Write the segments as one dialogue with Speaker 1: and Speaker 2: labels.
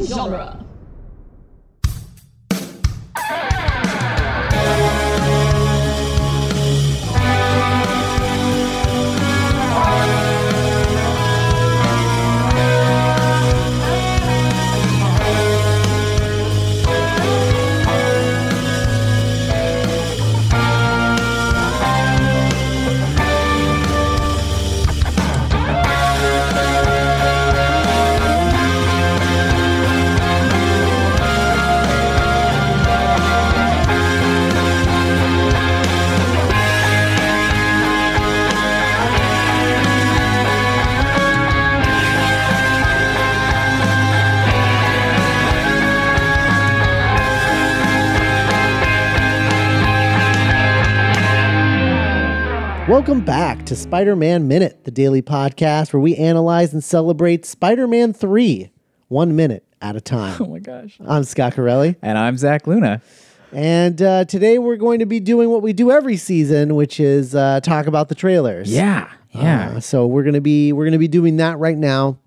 Speaker 1: genre.
Speaker 2: Welcome back to Spider Man Minute, the daily podcast where we analyze and celebrate Spider Man 3, one minute at a
Speaker 1: Oh
Speaker 2: time.
Speaker 1: my gosh.
Speaker 2: I'm Scott Corelli,
Speaker 3: And I'm Zach Luna.
Speaker 2: and uh, today we're going to be doing what we do every season, which is uh, talk about the trailers.
Speaker 3: Yeah. Yeah.
Speaker 2: Uh, so we're gonna be we're gonna be doing that right now.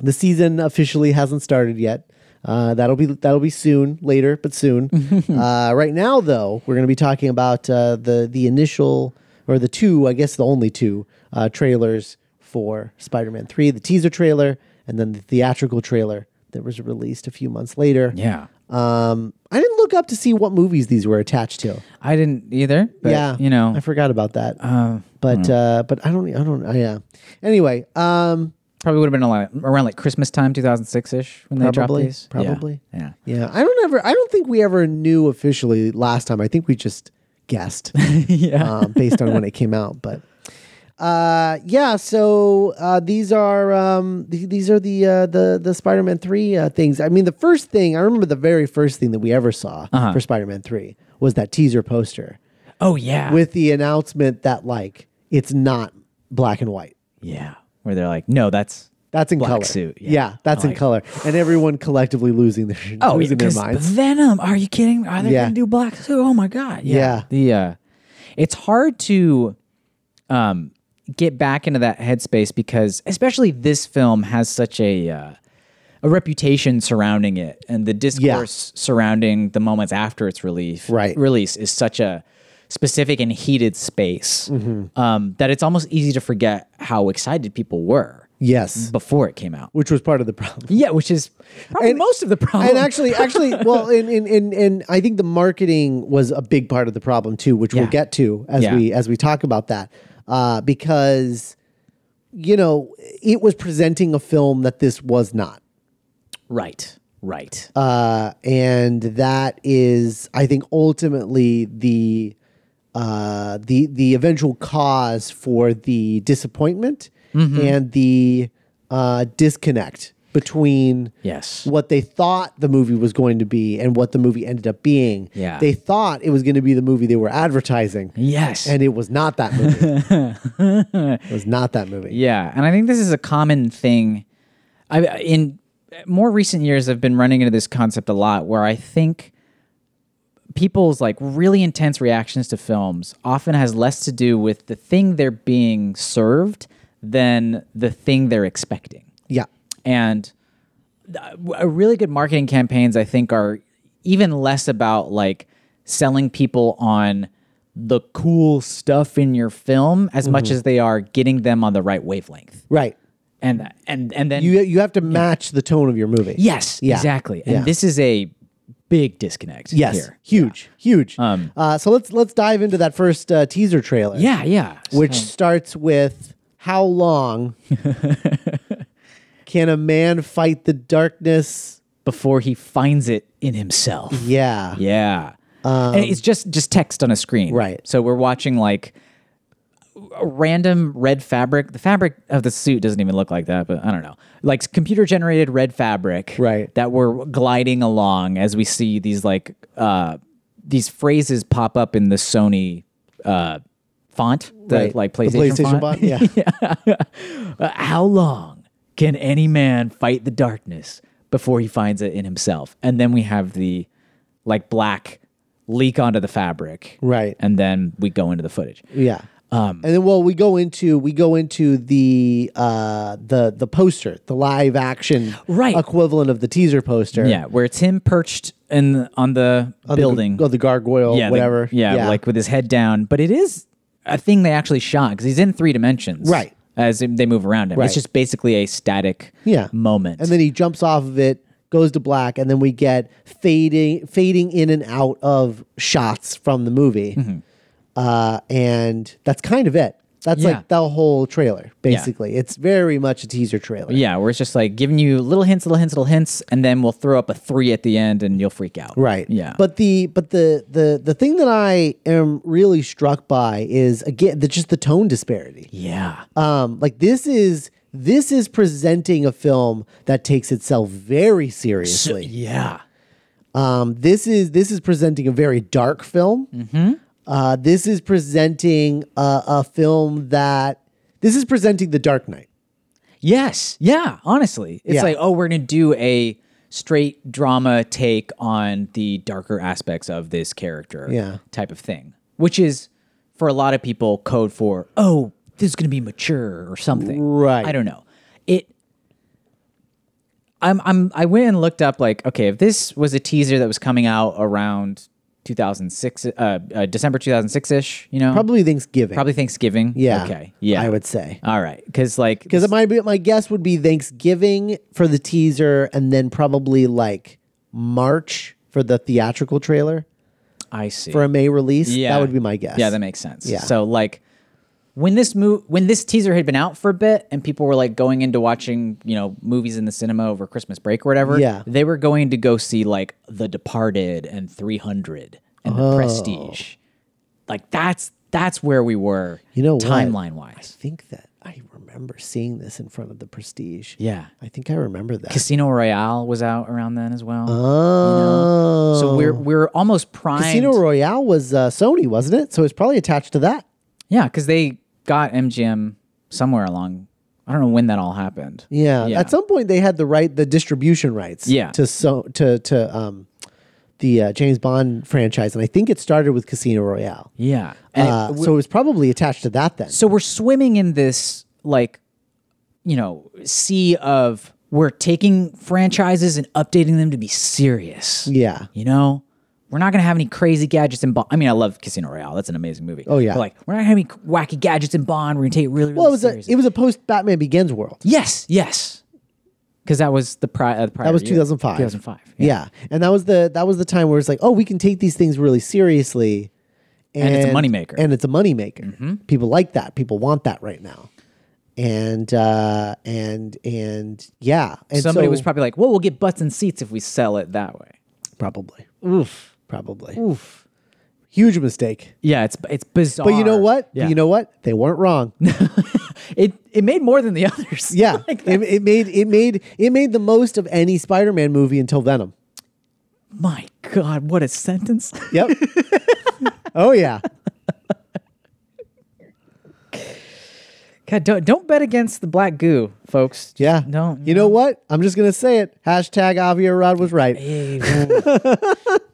Speaker 2: The season officially hasn't started yet. Uh, that'll be that'll be soon, later, but soon. uh, right now, though, we're gonna be talking about uh, the the initial or the two, I guess, the only two uh, trailers for Spider-Man Three: the teaser trailer and then the theatrical trailer that was released a few months later.
Speaker 3: yeah.
Speaker 2: Um, I didn't look up to see what movies these were attached to.
Speaker 3: I didn't either. But,
Speaker 2: yeah,
Speaker 3: You know,
Speaker 2: I forgot about that
Speaker 3: uh,
Speaker 2: but uh but i don't i don't uh, yeah anyway um
Speaker 3: probably would have been a lot- around like Christmas time, 2006 ish, when they dropped
Speaker 2: Probably,
Speaker 3: these. Yeah.
Speaker 2: probably.
Speaker 3: Yeah.
Speaker 2: yeah i don't ever i don't think we ever knew officially last time i think we just guessed
Speaker 3: yeah.
Speaker 2: um, based on when it came out but uh yeah so uh these are um th- these are the uh the the spider-man 3 uh, things i mean the first thing i remember the very first thing that we ever saw
Speaker 3: Uh-huh.
Speaker 2: for spider-man 3 was that teaser poster
Speaker 3: oh, yeah.
Speaker 2: with the announcement that like it's not black and white
Speaker 3: yeah. Where they're like, no, that's.
Speaker 2: That's in
Speaker 3: Black
Speaker 2: color.
Speaker 3: suit,
Speaker 2: Yeah,
Speaker 3: yeah.
Speaker 2: that's in
Speaker 3: Like- Oh,
Speaker 2: color, and everyone collectively losing their losing their
Speaker 3: 'cause
Speaker 2: minds.
Speaker 3: Venom. Are you kidding? Are they
Speaker 2: Yeah.
Speaker 3: gonna do black suit? Oh my god. Yeah.
Speaker 2: Yeah.
Speaker 3: The uh it's hard to um get back into that headspace because especially this film has such a uh a reputation surrounding it and the discourse surrounding the moments after its release
Speaker 2: Right.
Speaker 3: release is such a specific and heated space
Speaker 2: Mm-hmm.
Speaker 3: um, that it's almost easy to forget how excited people were
Speaker 2: Yes,
Speaker 3: before it came out.
Speaker 2: which was part of the problem.
Speaker 3: Yeah, which is probably
Speaker 2: And-
Speaker 3: most of the problem.
Speaker 2: And actually, actually, well, and and, and and I think the marketing was a big part of the problem too, which we'll
Speaker 3: Yeah.
Speaker 2: get to as
Speaker 3: Yeah.
Speaker 2: we as we talk about that, uh, because you know it was presenting a film that this was not.
Speaker 3: Right. Right.
Speaker 2: uh, and that is, I think, ultimately the uh, the the eventual cause for the disappointment and the uh, disconnect between
Speaker 3: yes.
Speaker 2: what they thought the movie was going to be and what the movie ended up being.
Speaker 3: Yeah.
Speaker 2: they thought it was going to be the movie they were advertising,
Speaker 3: Yes.
Speaker 2: and it was not that movie. it was not that movie.
Speaker 3: yeah, and I think this is a common thing. I in more recent years I've been running into this concept a lot where I think people's like really intense reactions to films often has less to do with the thing they're being served than the thing they're expecting.
Speaker 2: Yeah,
Speaker 3: and uh, w- really good marketing campaigns i think are even less about like selling people on the cool stuff in your film as
Speaker 2: Mm-hmm.
Speaker 3: much as they are getting them on the right wavelength
Speaker 2: right.
Speaker 3: and and and then
Speaker 2: You you have to match the tone of your movie.
Speaker 3: yes
Speaker 2: Yeah.
Speaker 3: exactly and
Speaker 2: Yeah.
Speaker 3: this is a big disconnect
Speaker 2: Yes,
Speaker 3: here. Um,
Speaker 2: huge, huge. uh, so let's let's dive into that first uh, teaser trailer.
Speaker 3: yeah yeah
Speaker 2: which starts with how long can a man fight the darkness?
Speaker 3: before he finds it in himself
Speaker 2: Yeah, Um,
Speaker 3: Yeah. and it's just just text on a screen.
Speaker 2: Right.
Speaker 3: So we're watching like a random red fabric. The fabric of the suit doesn't even look like that, but I don't know. Like computer generated red fabric
Speaker 2: Right.
Speaker 3: that we're gliding along as we see these like uh these phrases pop up in the Sony uh font, the
Speaker 2: Right.
Speaker 3: like
Speaker 2: The PlayStation
Speaker 3: PlayStation,
Speaker 2: font, yeah.
Speaker 3: Uh, how long can any man fight the darkness before he finds it in himself? And then we have the like black leak onto the fabric.
Speaker 2: Right.
Speaker 3: And then we go into the footage.
Speaker 2: yeah. Um, and then well we go into we go into the uh the the poster, the live action
Speaker 3: Right.
Speaker 2: equivalent of the teaser poster.
Speaker 3: Yeah, where it's him perched in on the
Speaker 2: Of the-
Speaker 3: building.
Speaker 2: of the gargoyle,
Speaker 3: yeah, the-
Speaker 2: whatever.
Speaker 3: yeah, like with his head down. But it is a thing they actually shot because he's in three dimensions.
Speaker 2: Right.
Speaker 3: As they move around him,
Speaker 2: Right.
Speaker 3: it's just basically a static
Speaker 2: yeah
Speaker 3: moment.
Speaker 2: and then he jumps off of it goes to black and then we get fading fading in and out of shots from the movie
Speaker 3: Mm-hmm.
Speaker 2: uh, and that's kind of it that's
Speaker 3: Yeah.
Speaker 2: like the whole trailer basically it's very much a teaser trailer
Speaker 3: yeah, where it's just like giving you little hints, little hints, little hints, and then we'll throw up a three at the end, and you'll freak out.
Speaker 2: right
Speaker 3: Yeah.
Speaker 2: but the but the the the thing that i am really struck by is again the, just the tone disparity
Speaker 3: yeah,
Speaker 2: um like this is this is presenting a film that takes itself very
Speaker 3: So-
Speaker 2: seriously
Speaker 3: yeah,
Speaker 2: Um, this is this is presenting a very dark film.
Speaker 3: Mm-hmm.
Speaker 2: Uh, this is presenting a, a film that this is presenting The Dark Knight.
Speaker 3: yes, yeah. Honestly, it's
Speaker 2: Yeah.
Speaker 3: like oh, we're gonna do a straight drama take on the darker aspects of this character.
Speaker 2: Yeah.
Speaker 3: type of thing, which is for a lot of people code for oh, this is gonna be mature or something.
Speaker 2: Right.
Speaker 3: I don't know. It I'm I'm I went and looked up like okay if this was a teaser that was coming out around 2006 uh, uh December 2006 ish you know
Speaker 2: Probably Thanksgiving.
Speaker 3: probably Thanksgiving
Speaker 2: yeah.
Speaker 3: okay yeah Uh,
Speaker 2: I would say
Speaker 3: all right because like
Speaker 2: because my my guess would be Thanksgiving for the teaser, and then probably like March for the theatrical trailer
Speaker 3: I see
Speaker 2: for a May release. that would be my guess.
Speaker 3: yeah that makes sense
Speaker 2: Yeah.
Speaker 3: so like when this move when this teaser had been out for a bit and people were like going into watching you know movies in the cinema over Christmas break or whatever
Speaker 2: Yeah.
Speaker 3: they were going to go see like The Departed and 300 and The Prestige like that's that's where we were
Speaker 2: Oh. You know what?
Speaker 3: timeline
Speaker 2: I
Speaker 3: wise
Speaker 2: think that I remember seeing this in front of the Prestige.
Speaker 3: yeah
Speaker 2: I think I remember that.
Speaker 3: Casino Royale was out around then as well
Speaker 2: Oh,
Speaker 3: so we're we're almost primed
Speaker 2: Casino Royale was uh, Sony, wasn't it? So it's probably attached to that.
Speaker 3: yeah because they got MGM somewhere along I don't know when that all happened
Speaker 2: Yeah.
Speaker 3: Yeah.
Speaker 2: At some point, they had the right, the distribution rights.
Speaker 3: Yeah.
Speaker 2: To so to to um, the uh, James Bond franchise, and I think it started with Casino Royale.
Speaker 3: yeah And it-
Speaker 2: Uh, so it was probably attached to that then.
Speaker 3: so we're swimming in this like you know sea of we're taking franchises and updating them to be serious
Speaker 2: Yeah.
Speaker 3: you know we're not gonna have any crazy gadgets in bond i mean i love casino royale that's an amazing movie oh
Speaker 2: yeah.
Speaker 3: like we're not gonna have any wacky gadgets in bond we're gonna take it really, really
Speaker 2: Well, it was a
Speaker 3: serious
Speaker 2: it was a post Batman Begins world.
Speaker 3: yes yes because that was the, pri- uh, the prior
Speaker 2: That was
Speaker 3: year.
Speaker 2: 2005.
Speaker 3: 2005
Speaker 2: Yeah. and that was the that was the time where it's like, oh, we can take these things really seriously, and,
Speaker 3: it's a moneymaker. Mm-hmm.
Speaker 2: and it's a moneymaker. People like that. People want that right now, and uh, and and yeah, and
Speaker 3: somebody
Speaker 2: so-
Speaker 3: was probably like well we'll get butts and seats if we sell it that way
Speaker 2: probably oof, probably oof, huge mistake.
Speaker 3: yeah it's it's bizarre
Speaker 2: But you know what?
Speaker 3: yeah. Oh
Speaker 2: You know what? They weren't wrong.
Speaker 3: it it made more than the others
Speaker 2: Yeah,
Speaker 3: Like,
Speaker 2: it, it made it made it made the most of any Spider-Man movie until Venom.
Speaker 3: My God, what a sentence.
Speaker 2: Yep. oh yeah.
Speaker 3: God, don't, don't bet against the black goo, folks.
Speaker 2: Yeah.
Speaker 3: No.
Speaker 2: You know what? I'm just gonna say it. Hashtag Javier Rod was right. He
Speaker 3: the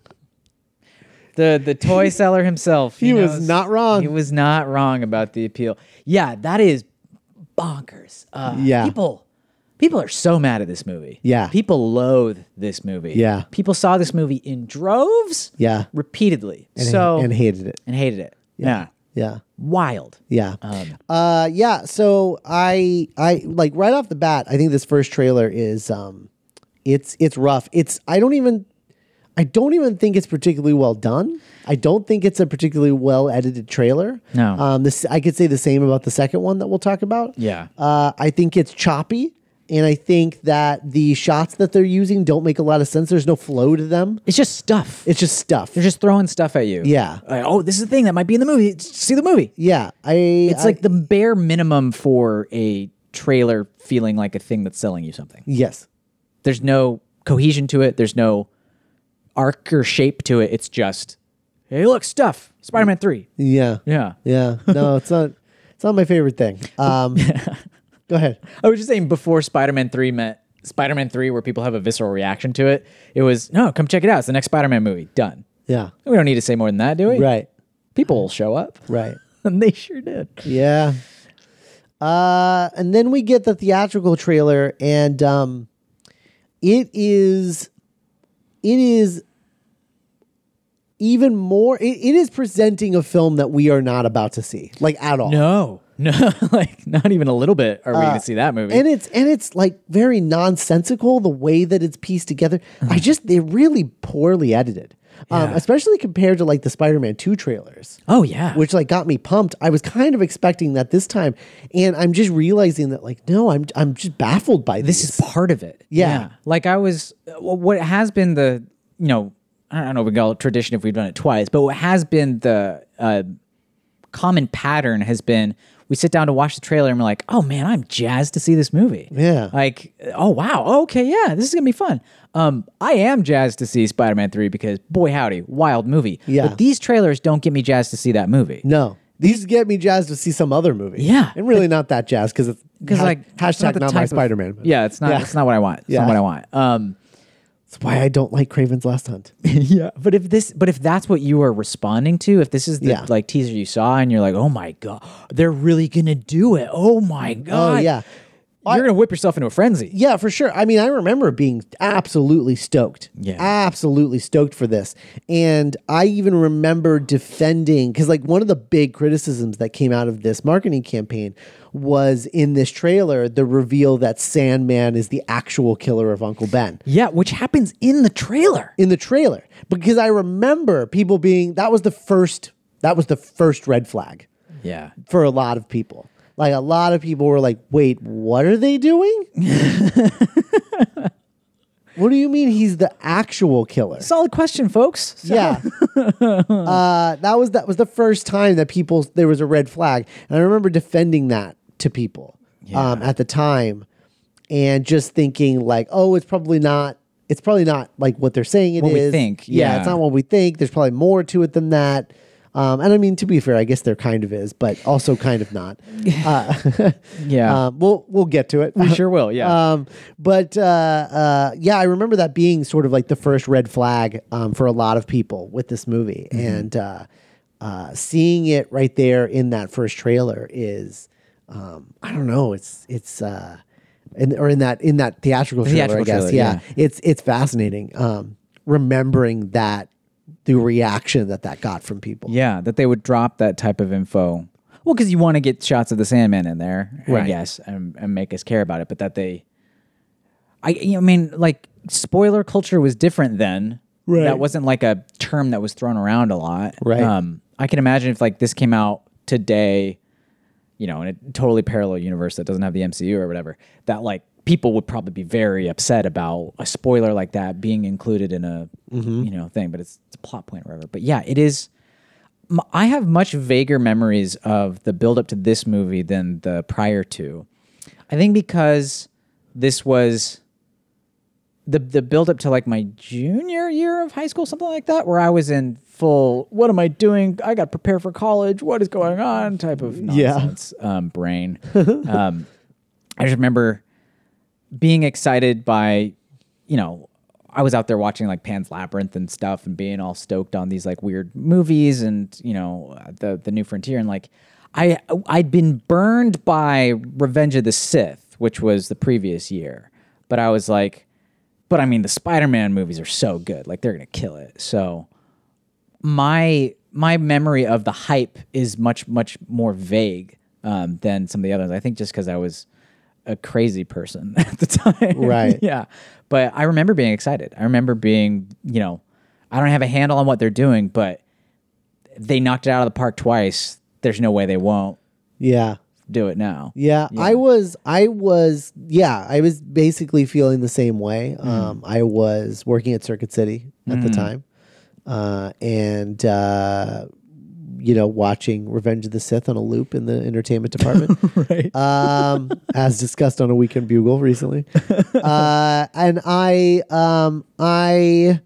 Speaker 3: the toy seller himself. He
Speaker 2: was not wrong.
Speaker 3: He was not wrong about the appeal. Yeah, that is bonkers. Uh,
Speaker 2: Yeah.
Speaker 3: People people are so mad at this movie.
Speaker 2: Yeah.
Speaker 3: People loathe this movie.
Speaker 2: Yeah.
Speaker 3: People saw this movie in droves.
Speaker 2: Yeah.
Speaker 3: Repeatedly.
Speaker 2: and-
Speaker 3: so
Speaker 2: and hated it.
Speaker 3: and hated it. Yeah.
Speaker 2: Yeah.
Speaker 3: Wild.
Speaker 2: Yeah.
Speaker 3: Um,
Speaker 2: uh yeah, so I I like right off the bat, I think this first trailer is um it's it's rough. It's I don't even I don't even think it's particularly well done. I don't think it's a particularly well edited trailer.
Speaker 3: No.
Speaker 2: Um this I could say the same about the second one that we'll talk about.
Speaker 3: Yeah.
Speaker 2: Uh I think it's choppy and I think that the shots that they're using don't make a lot of sense. There's no flow to them.
Speaker 3: It's just stuff.
Speaker 2: It's just stuff.
Speaker 3: They're just throwing stuff at you.
Speaker 2: Yeah.
Speaker 3: Like, oh, this is the thing that might be in the movie. See the movie.
Speaker 2: yeah. I
Speaker 3: It's like the bare minimum for a trailer feeling like a thing that's selling you something.
Speaker 2: yes.
Speaker 3: There's no cohesion to it. There's no arc or shape to it. It's just, hey, look, stuff. Spider-Man three.
Speaker 2: Yeah.
Speaker 3: Yeah.
Speaker 2: Yeah. No, it's not. It's not my favorite thing. Um, go ahead.
Speaker 3: I was just saying before Spider-Man three meant Spider-Man three, where people have a visceral reaction to it. It was no, come check it out. It's the next Spider-Man movie. Done.
Speaker 2: Yeah.
Speaker 3: We don't need to say more than that, do we?
Speaker 2: Right.
Speaker 3: People will show up.
Speaker 2: Right.
Speaker 3: and they sure did.
Speaker 2: Yeah. Uh, and then we get the theatrical trailer, and um, it is, it is even more. It, it is presenting a film that we are not about to see, like at all.
Speaker 3: No, no, like not even a little bit. Are we gonna see that movie?
Speaker 2: Uh, And it's and it's like very nonsensical the way that it's pieced together. I just they're really poorly edited, um,
Speaker 3: Mm-hmm. Yeah.
Speaker 2: especially compared to like the Spider-Man Two trailers.
Speaker 3: oh yeah,
Speaker 2: which like got me pumped. I was kind of expecting that this time, and I'm just realizing that like no, I'm I'm just baffled by
Speaker 3: this
Speaker 2: these.
Speaker 3: is part of it.
Speaker 2: Yeah.
Speaker 3: Like I was, wh- what has been the, you know, I don't know if we call it tradition if we've done it twice, but what has been the uh, common pattern has been we sit down to watch the trailer and we're like, oh man, I'm jazzed to see this movie.
Speaker 2: Yeah.
Speaker 3: Like, oh wow, oh, okay, yeah, this is gonna be fun. Um, I am jazzed to see Spider-Man three because boy howdy, wild movie.
Speaker 2: Yeah.
Speaker 3: But these trailers don't get me jazzed to see that movie.
Speaker 2: no. These get me jazzed to see some other movie.
Speaker 3: Yeah.
Speaker 2: and really not that jazzed because it's
Speaker 3: Because
Speaker 2: ha-
Speaker 3: like it's
Speaker 2: hashtag not,
Speaker 3: the
Speaker 2: my
Speaker 3: type of-
Speaker 2: Spider Man.
Speaker 3: Yeah, it's not. It's not what I want. It's
Speaker 2: Yeah.
Speaker 3: not what I want. Um,
Speaker 2: that's why I don't like Craven's Last Hunt.
Speaker 3: yeah but if this but if that's what you are responding to if this is the
Speaker 2: Yeah.
Speaker 3: like teaser you saw and you're like oh my god they're really gonna do it oh my god
Speaker 2: Oh yeah,
Speaker 3: you're gonna whip yourself into a frenzy
Speaker 2: yeah, for sure. I mean, I remember being absolutely stoked.
Speaker 3: Yeah.
Speaker 2: Absolutely stoked for this. And I even remember defending because, like, one of the big criticisms that came out of this marketing campaign was in this trailer the reveal that Sandman is the actual killer of Uncle Ben
Speaker 3: yeah which happens in the trailer
Speaker 2: in the trailer because I remember people being that was the first that was the first red flag
Speaker 3: yeah
Speaker 2: for a lot of people. Like a lot of people were like, "Wait, what are they doing?" what do you mean he's the actual killer?
Speaker 3: solid question folks So-
Speaker 2: Yeah. uh, that was that was the first time that people there was a red flag, and I remember defending that to people um, at the time, and just thinking like, "Oh, it's probably not." It's probably not like what they're saying It is.
Speaker 3: What we think, yeah.
Speaker 2: it's not what we think. There's probably more to it than that. Um, and I mean, to be fair, I guess there kind of is, but also kind of not. Uh,
Speaker 3: yeah
Speaker 2: um, we'll we'll get to it.
Speaker 3: we sure will yeah
Speaker 2: Um, but uh, uh, yeah, I remember that being sort of like the first red flag um, for a lot of people with this movie,
Speaker 3: Mm-hmm.
Speaker 2: and uh, uh, seeing it right there in that first trailer is, um, I don't know, it's it's. Uh, in, or in that in that theatrical trailer,
Speaker 3: theatrical
Speaker 2: I guess.
Speaker 3: trailer,
Speaker 2: yeah. it's it's fascinating. Um, remembering that the reaction that that got from people.
Speaker 3: yeah that they would drop that type of info well because you want to get shots of the sandman in there i
Speaker 2: Right.
Speaker 3: guess and, and make us care about it but that they I you know, I mean like spoiler culture was different then.
Speaker 2: Right.
Speaker 3: That wasn't like a term that was thrown around a lot.
Speaker 2: Right.
Speaker 3: Um, I can imagine if like this came out today, you know, in a totally parallel universe that doesn't have the MCU or whatever, that like people would probably be very upset about a spoiler like that being included in a
Speaker 2: Mm-hmm.
Speaker 3: you know thing. But it's, it's a plot point or whatever. But yeah, it is. m- I have much vaguer memories of the build up to this movie than the prior two. I think because this was the the build up to like my junior year of high school, something like that, where I was in full "What am I doing? I got to prepare for college. What is going on?" type of
Speaker 2: Yeah.
Speaker 3: nonsense um, brain. um, I just remember being excited by, you know, I was out there watching like Pan's Labyrinth and stuff, and being all stoked on these like weird movies and you know the the New Frontier, and like I I'd been burned by Revenge of the Sith, which was the previous year, but I was like. But I mean, the Spider-Man movies are so good; like they're gonna kill it. So my my memory of the hype is much much more vague um, than some of the others. I think just because I was a crazy person at the time,
Speaker 2: Right.
Speaker 3: yeah, but I remember being excited. I remember being, you know, I don't have a handle on what they're doing, but they knocked it out of the park twice. There's no way they won't
Speaker 2: yeah.
Speaker 3: do it now.
Speaker 2: Yeah, I was, I was, yeah, I was basically feeling the same way. Um, I was working at Circuit City at the time, uh, and uh, you know, watching Revenge of the Sith on a loop in the entertainment department,
Speaker 3: Right.
Speaker 2: um, as discussed on a Weekend Bugle recently. Uh, and I, um, I,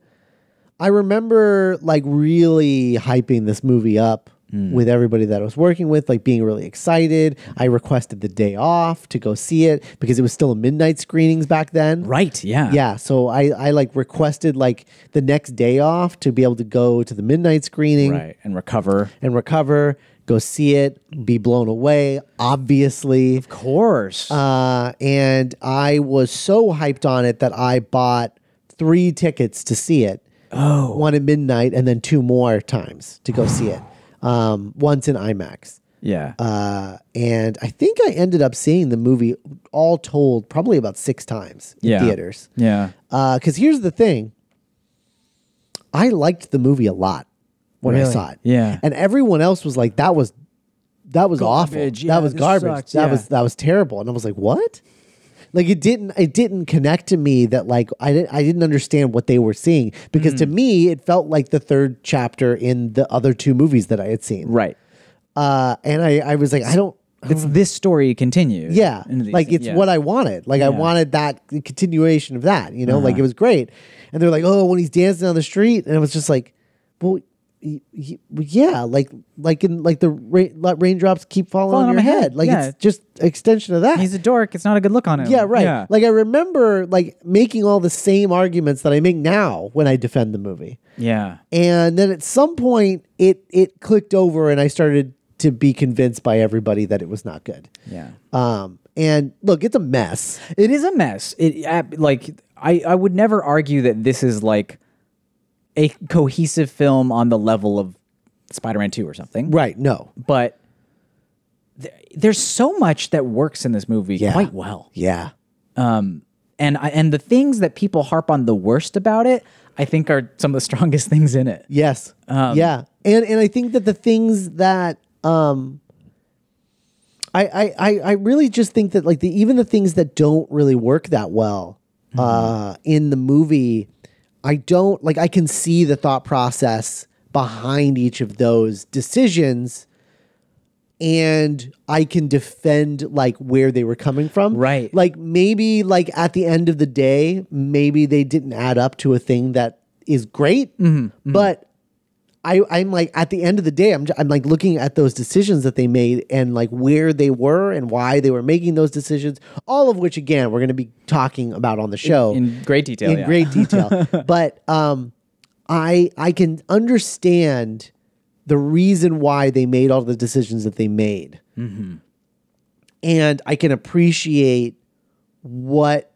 Speaker 2: I remember like really hyping this movie up
Speaker 3: Mm.
Speaker 2: with everybody that I was working with, like being really excited. I requested the day off to go see it because it was still a midnight screenings back then.
Speaker 3: Right. Yeah.
Speaker 2: Yeah, so I, I like requested like the next day off to be able to go to the midnight screening
Speaker 3: Right. And recover.
Speaker 2: and recover, Go see it, be blown away, obviously.
Speaker 3: Of course.
Speaker 2: Uh, and I was so hyped on it that I bought three tickets to see it. Oh. One at midnight and then two more times to go see it. Um, once in IMAX.
Speaker 3: yeah.
Speaker 2: Uh, and I think I ended up seeing the movie all told probably about six times in
Speaker 3: Yeah.
Speaker 2: theaters.
Speaker 3: yeah.
Speaker 2: Because Uh, here's the thing I liked the movie a lot when I
Speaker 3: Really?
Speaker 2: saw it.
Speaker 3: Yeah.
Speaker 2: And everyone else was like, that was. That was
Speaker 3: Garbage.
Speaker 2: awful.
Speaker 3: Yeah,
Speaker 2: that was
Speaker 3: this
Speaker 2: garbage.
Speaker 3: sucks.
Speaker 2: That
Speaker 3: Yeah.
Speaker 2: was that was terrible. And I was like, "What?" Like it didn't it didn't connect to me that like I didn't I didn't understand what they were seeing because
Speaker 3: Hmm.
Speaker 2: to me it felt like the third chapter in the other two movies that I had seen.
Speaker 3: Right.
Speaker 2: Uh, and I I was like, I don't
Speaker 3: It's this story continued.
Speaker 2: yeah.
Speaker 3: into these
Speaker 2: Like
Speaker 3: things.
Speaker 2: it's
Speaker 3: Um, Yeah. Uh-huh.
Speaker 2: what I wanted. Like I wanted that the continuation of that, you know, like it was great. And they're like, oh, when he's dancing on the street. And it was just like, well, y- y- yeah, like, like in like the ra- let raindrops keep falling,
Speaker 3: Falling
Speaker 2: on your head. Like
Speaker 3: yeah.
Speaker 2: it's just extension of that.
Speaker 3: He's a dork. It's not a good look on him.
Speaker 2: yeah. Right. Like I remember like making all the same arguments that I make now when I defend the movie.
Speaker 3: yeah.
Speaker 2: And then at some point it, it clicked over and I started to be convinced by everybody that it was not good.
Speaker 3: Yeah.
Speaker 2: Um, and look, it's a mess.
Speaker 3: It is a mess. It uh, like I I would never argue that this is like a cohesive film on the level of Spider-Man 2 or something.
Speaker 2: Right. No.
Speaker 3: But th- there's so much that works in this movie
Speaker 2: Yeah.
Speaker 3: quite well.
Speaker 2: Yeah.
Speaker 3: And I, and the things that people harp on the worst about it, I think are some of the strongest things in it.
Speaker 2: Yes. Um, yeah. And and I think that the things that um I I I, I really just think that like the even the things that don't really work that well uh in the movie, I don't like I can see the thought process behind each of those decisions and I can defend like where they were coming from.
Speaker 3: Right.
Speaker 2: Like maybe like at the end of the day, maybe they didn't add up to a thing that is great, but I I'm like at the end of the day, I'm j- I'm like looking at those decisions that they made and like where they were and why they were making those decisions, all of which again we're going to be talking about on the show
Speaker 3: In great detail.
Speaker 2: in
Speaker 3: yeah.
Speaker 2: great detail. but um, I I can understand the reason why they made all the decisions that they made,
Speaker 3: Mm-hmm.
Speaker 2: and I can appreciate what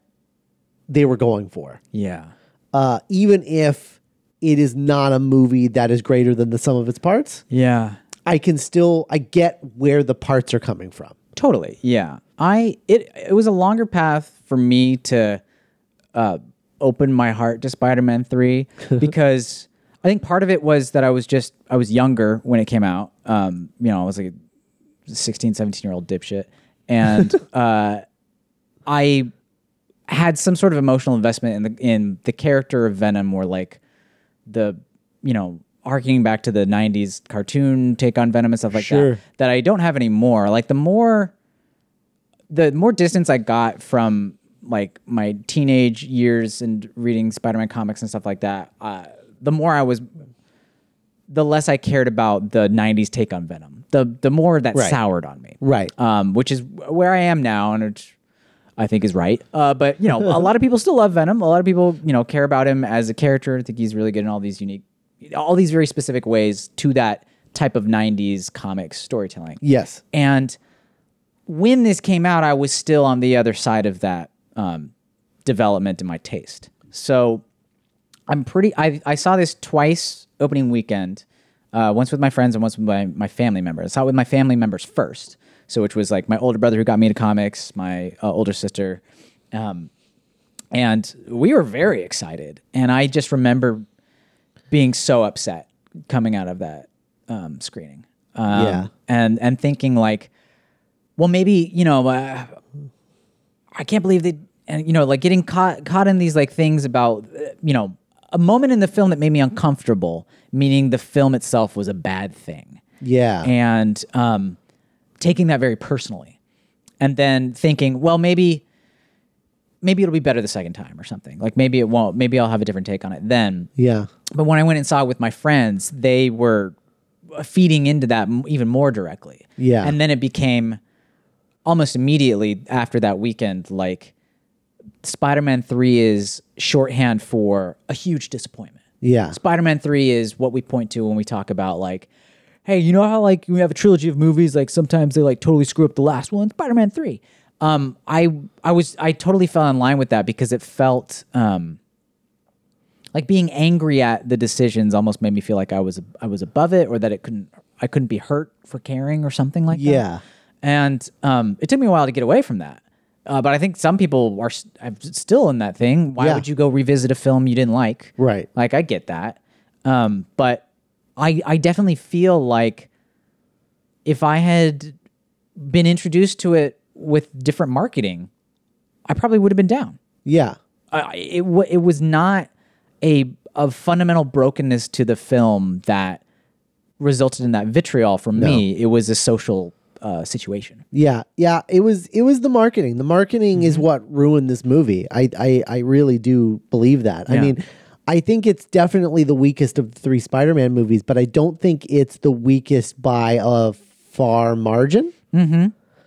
Speaker 2: they were going for,
Speaker 3: Yeah.
Speaker 2: uh, even if it is not a movie that is greater than the sum of its parts.
Speaker 3: Yeah.
Speaker 2: I can still I get where the parts are coming from.
Speaker 3: Totally. Yeah. I it it was a longer path for me to uh open my heart to Spider-Man 3 because I think part of it was that I was just I was younger when it came out. Um, you know, I was like a 16, 17-year-old dipshit and uh I had some sort of emotional investment in the in the character of Venom or like the you know harking back to the 90s cartoon take on Venom and stuff like
Speaker 2: Sure.
Speaker 3: that that I don't have anymore like the more the more distance I got from like my teenage years and reading Spider-Man comics and stuff like that uh, the more I was the less I cared about the 90s take on Venom the the more that
Speaker 2: Right.
Speaker 3: soured on me
Speaker 2: Right.
Speaker 3: um, which is where I am now, and which I think is right. Uh, but you know, a lot of people still love Venom. A lot of people, you know, care about him as a character. I think he's really good in all these unique, all these very specific ways to that type of '90s comics storytelling.
Speaker 2: Yes.
Speaker 3: And when this came out, I was still on the other side of that um, development in my taste. So I'm pretty. I I saw this twice opening weekend, uh, once with my friends and once with my, my family members. I saw it with my family members first, so which was like my older brother who got me into comics, my uh, older sister, um, and we were very excited. And I just remember being so upset coming out of that um, screening. Um,
Speaker 2: Yeah.
Speaker 3: and and thinking like, well, maybe you know, uh, I can't believe they and you know like getting caught caught in these like things about uh, you know a moment in the film that made me uncomfortable, meaning the film itself was a bad thing,
Speaker 2: Yeah.
Speaker 3: and um, taking that very personally, and then thinking, well, maybe maybe it'll be better the second time or something. Like maybe it won't. Maybe I'll have a different take on it then.
Speaker 2: yeah.
Speaker 3: But when I went and saw it with my friends, they were uh, feeding into that m- even more directly.
Speaker 2: Yeah.
Speaker 3: And then it became almost immediately after that weekend like Spider Man 3 is shorthand for a huge disappointment.
Speaker 2: Yeah.
Speaker 3: Spider Man 3 is what we point to when we talk about, like, hey, you know how like we have a trilogy of movies, like sometimes they like totally screw up the last one, Spider-Man three. Um, I I was I totally fell in line with that because it felt um, like being angry at the decisions almost made me feel like I was I was above it or that it couldn't I couldn't be hurt for caring or something like that.
Speaker 2: Yeah.
Speaker 3: And um, it took me a while to get away from that. Uh, but I think some people are s- I'm still in that thing. Why
Speaker 2: Yeah.
Speaker 3: would you go revisit a film you didn't like?
Speaker 2: Right.
Speaker 3: Like I get that. Um, but I I definitely feel like if I had been introduced to it with different marketing, I probably would have been down.
Speaker 2: Yeah.
Speaker 3: I, it wa it was not a a fundamental brokenness to the film that resulted in that vitriol for me. It was a social uh, situation.
Speaker 2: Yeah, yeah, it was it was the marketing. The marketing
Speaker 3: Mm-hmm.
Speaker 2: is what ruined this movie. I I, I really do believe that. I
Speaker 3: Yeah.
Speaker 2: mean, I think it's definitely the weakest of the three Spider-Man movies, but I don't think it's the weakest by a far margin.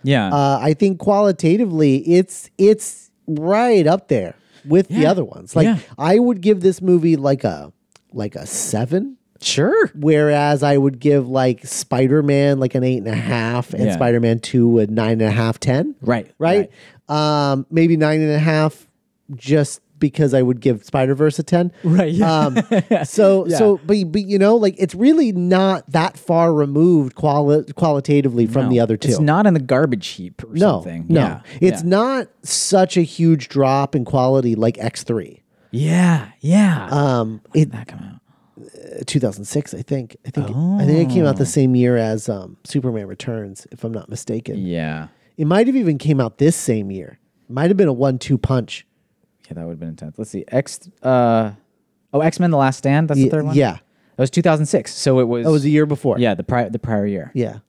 Speaker 3: Yeah,
Speaker 2: Uh, I think qualitatively, it's it's right up there with the other ones. Like
Speaker 3: Yeah.
Speaker 2: I would give this movie like a like a seven
Speaker 3: sure.
Speaker 2: whereas I would give like Spider Man like an eight and a half, and
Speaker 3: Yeah.
Speaker 2: Spider Man Two a nine and a half, ten.
Speaker 3: Right,
Speaker 2: right. Um, maybe nine and a half, just because I would give Spider Verse a ten.
Speaker 3: Right, yeah.
Speaker 2: Um, so so, but but you know, like it's really not that far removed quali- qualitatively from the other two.
Speaker 3: It's not in the garbage heap or
Speaker 2: no,
Speaker 3: something.
Speaker 2: no,
Speaker 3: Yeah.
Speaker 2: it's
Speaker 3: yeah.
Speaker 2: not such a huge drop in quality like X three.
Speaker 3: Yeah, yeah.
Speaker 2: Um, it,
Speaker 3: that come out.
Speaker 2: Uh, 2006, I think. I think I think it came out
Speaker 3: Oh.
Speaker 2: the same year as um, Superman Returns, if I'm not mistaken.
Speaker 3: Yeah,
Speaker 2: It might have even came out this same year. Might have been a one-two punch.
Speaker 3: yeah. That would have been intense. Let's see. X. Uh, oh, X Men: The Last Stand. That's the third one.
Speaker 2: Yeah,
Speaker 3: that was 2006. So it was.
Speaker 2: that was a year before.
Speaker 3: yeah, the prior the prior year.
Speaker 2: yeah,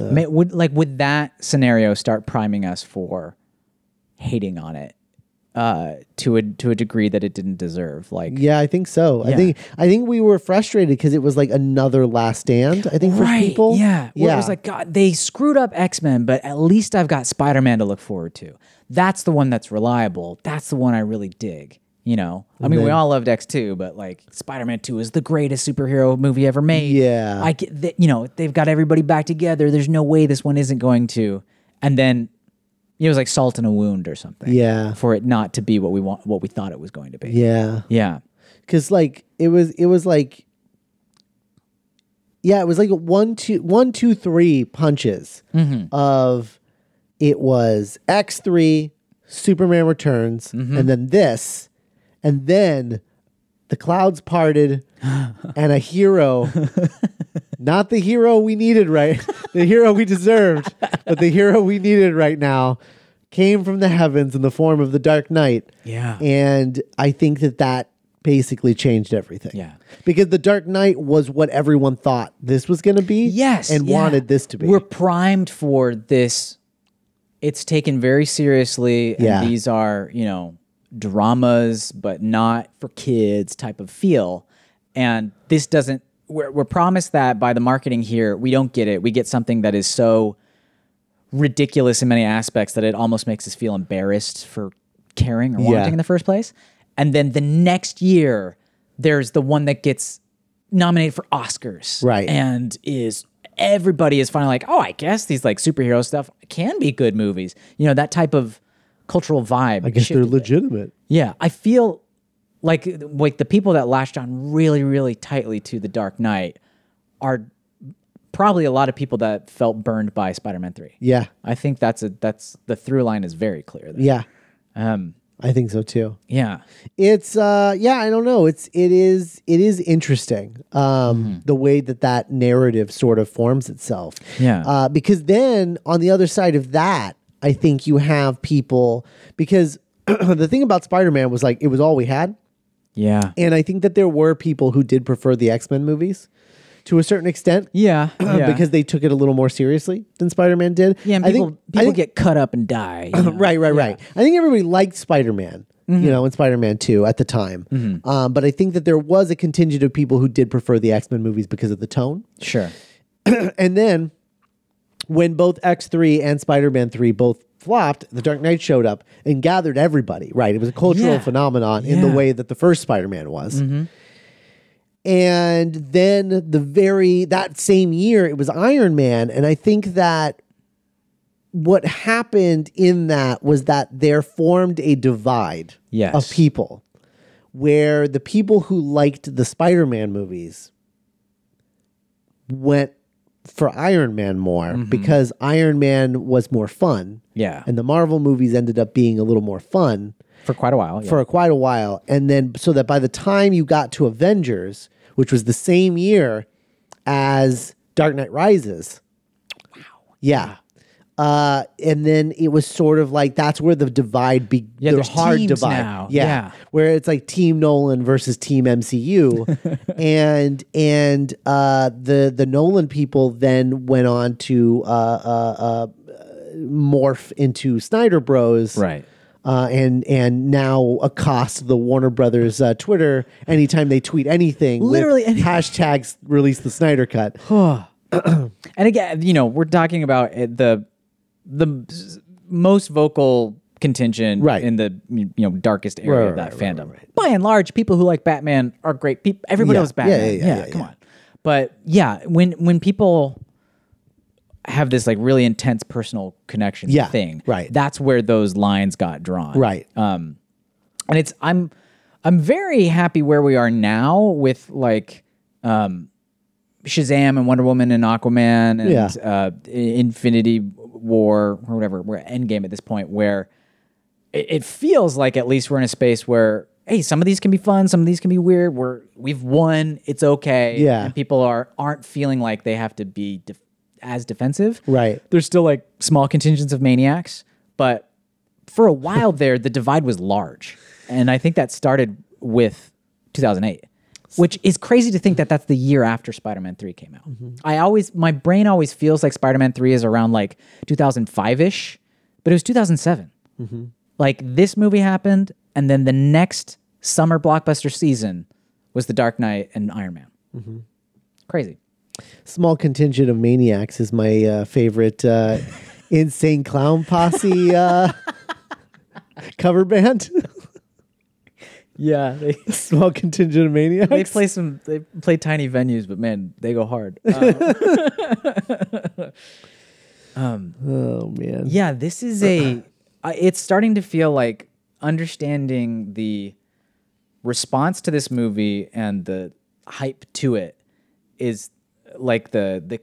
Speaker 3: May, would like would that scenario start priming us for hating on it uh, to a to a degree that it didn't deserve? Like,
Speaker 2: yeah. I think so. I
Speaker 3: Yeah.
Speaker 2: think I think we were frustrated because it was like another Last Stand. I think for people.
Speaker 3: Yeah, yeah.
Speaker 2: yeah.
Speaker 3: Where it was like, God, they screwed up X Men, but at least I've got Spider Man to look forward to. That's the one that's reliable. That's the one I really dig. You know, I mean, we all loved X two, but like Spider Man two is the greatest superhero movie ever made.
Speaker 2: Yeah.
Speaker 3: I get that. You know, they've got everybody back together. There's no way this one isn't going to. And then it was like salt in a wound or something.
Speaker 2: Yeah.
Speaker 3: for it not to be what we want, what we thought it was going to be.
Speaker 2: yeah,
Speaker 3: yeah.
Speaker 2: because like it was it was like yeah it was like a one two one two three punches of it was x3 superman returns and then this and then the clouds parted and a hero not the hero we needed right the hero we deserved but the hero we needed right now came from the heavens in the form of the dark knight
Speaker 3: Yeah.
Speaker 2: and I think that that basically changed everything.
Speaker 3: Yeah.
Speaker 2: Because The Dark Knight was what everyone thought this was going to be.
Speaker 3: Yes.
Speaker 2: And
Speaker 3: yeah.
Speaker 2: wanted this to be.
Speaker 3: We're primed for this. It's taken very seriously. And
Speaker 2: Yeah.
Speaker 3: These are, you know, dramas, but not for kids type of feel. And this doesn't, we're, we're promised that by the marketing here. We don't get it. We get something that is so ridiculous in many aspects that it almost makes us feel embarrassed for caring or wanting in the first place. And then the next year, there's the one that gets nominated for Oscars,
Speaker 2: Right.
Speaker 3: And is everybody is finally like, oh, I guess these like superhero stuff can be good movies, you know, that type of cultural vibe.
Speaker 2: I guess they're legitimate.
Speaker 3: Yeah, I feel like like the people that latched on really really tightly to the Dark Knight are probably a lot of people that felt burned by Spider-Man 3.
Speaker 2: Yeah.
Speaker 3: I think that's a that's the through line is very clear there.
Speaker 2: Yeah.
Speaker 3: Um
Speaker 2: I think so too.
Speaker 3: yeah.
Speaker 2: It's uh yeah, I don't know. It's it is it is interesting. Um
Speaker 3: Mm-hmm.
Speaker 2: the way that that narrative sort of forms itself.
Speaker 3: Yeah.
Speaker 2: Uh because then on the other side of that, I think you have people because the thing about Spider-Man was like it was all we had.
Speaker 3: Yeah.
Speaker 2: And I think that there were people who did prefer the X Men movies to a certain extent
Speaker 3: Yeah.
Speaker 2: uh,
Speaker 3: yeah.
Speaker 2: because they took it a little more seriously than Spider Man did.
Speaker 3: yeah, and
Speaker 2: I
Speaker 3: people
Speaker 2: think,
Speaker 3: people
Speaker 2: I think,
Speaker 3: get cut up and die. you know?
Speaker 2: right, right, right. I think everybody liked Spider Man.
Speaker 3: Mm-hmm.
Speaker 2: You know, in Spider Man 2 at the time. Um, but I think that there was a contingent of people who did prefer the X Men movies because of the tone.
Speaker 3: Sure.
Speaker 2: And then when both X3 and Spider Man 3 both flopped, The Dark Knight showed up and gathered everybody, right? It was a cultural
Speaker 3: Yeah.
Speaker 2: phenomenon in the
Speaker 3: Yeah.
Speaker 2: way that the first Spider Man was. And then the very that same year it was Iron Man and I think that what happened in that was that there formed a divide
Speaker 3: Yes.
Speaker 2: of people where the people who liked the Spider-Man movies went for Iron Man more because Iron Man was more fun
Speaker 3: Yeah.
Speaker 2: and the Marvel movies ended up being a little more fun
Speaker 3: for quite a while. Yeah.
Speaker 2: for quite a while. And then, so that by the time you got to Avengers, which was the same year as Dark Knight Rises. Wow. Yeah. Uh, and then it was sort of like that's where the divide be
Speaker 3: Yeah,
Speaker 2: the
Speaker 3: there's
Speaker 2: hard
Speaker 3: teams
Speaker 2: divide.
Speaker 3: now.
Speaker 2: Yeah.
Speaker 3: Yeah.
Speaker 2: Where it's like team Nolan versus team MCU. and and uh the the Nolan people then went on to uh uh, uh morph into Snyder Bros
Speaker 3: right.
Speaker 2: uh, and and now accost the Warner Brothers uh, Twitter anytime they tweet anything. with
Speaker 3: Literally any-
Speaker 2: hashtags release the Snyder cut.
Speaker 3: And again, you know, we're talking about uh, the the s- most vocal contingent
Speaker 2: Right.
Speaker 3: in the you know darkest area
Speaker 2: Right,
Speaker 3: of that
Speaker 2: right, right,
Speaker 3: fandom. By and large, people who like Batman are great people. Everybody
Speaker 2: Yeah.
Speaker 3: loves Batman.
Speaker 2: Yeah, yeah, yeah, yeah,
Speaker 3: come
Speaker 2: yeah.
Speaker 3: on. But yeah, when when people have this like really intense personal connection
Speaker 2: Yeah,
Speaker 3: thing,
Speaker 2: right.
Speaker 3: That's where those lines got drawn,
Speaker 2: Right.
Speaker 3: Uh, and it's i'm i'm very happy where we are now with like um shazam and wonder woman and aquaman and
Speaker 2: Yeah.
Speaker 3: uh I- infinity war or whatever we're at endgame at this point where it, it feels like at least we're in a space where hey some of these can be fun some of these can be weird we're we've won it's okay
Speaker 2: Yeah.
Speaker 3: and people are aren't feeling like they have to be def- as defensive
Speaker 2: Right.
Speaker 3: there's still like small contingents of maniacs but for a while there, the divide was large, and I think that started with 2008, which is crazy to think that that's the year after Spider-Man 3 came out. I always, my brain always feels like Spider-Man 3 is around like 2005 ish, but it was 2007. Like this movie happened, and then the next summer blockbuster season was The Dark Knight and Iron Man. Crazy.
Speaker 2: Small contingent of maniacs is my uh, favorite uh, insane clown posse uh, cover band.
Speaker 3: Yeah, they,
Speaker 2: Small contingent of maniacs.
Speaker 3: they play some. They play tiny venues, but man, they go hard. Um,
Speaker 2: oh man.
Speaker 3: Yeah, this is a. I- it's starting to feel like understanding the response to this movie and the hype to it is like the the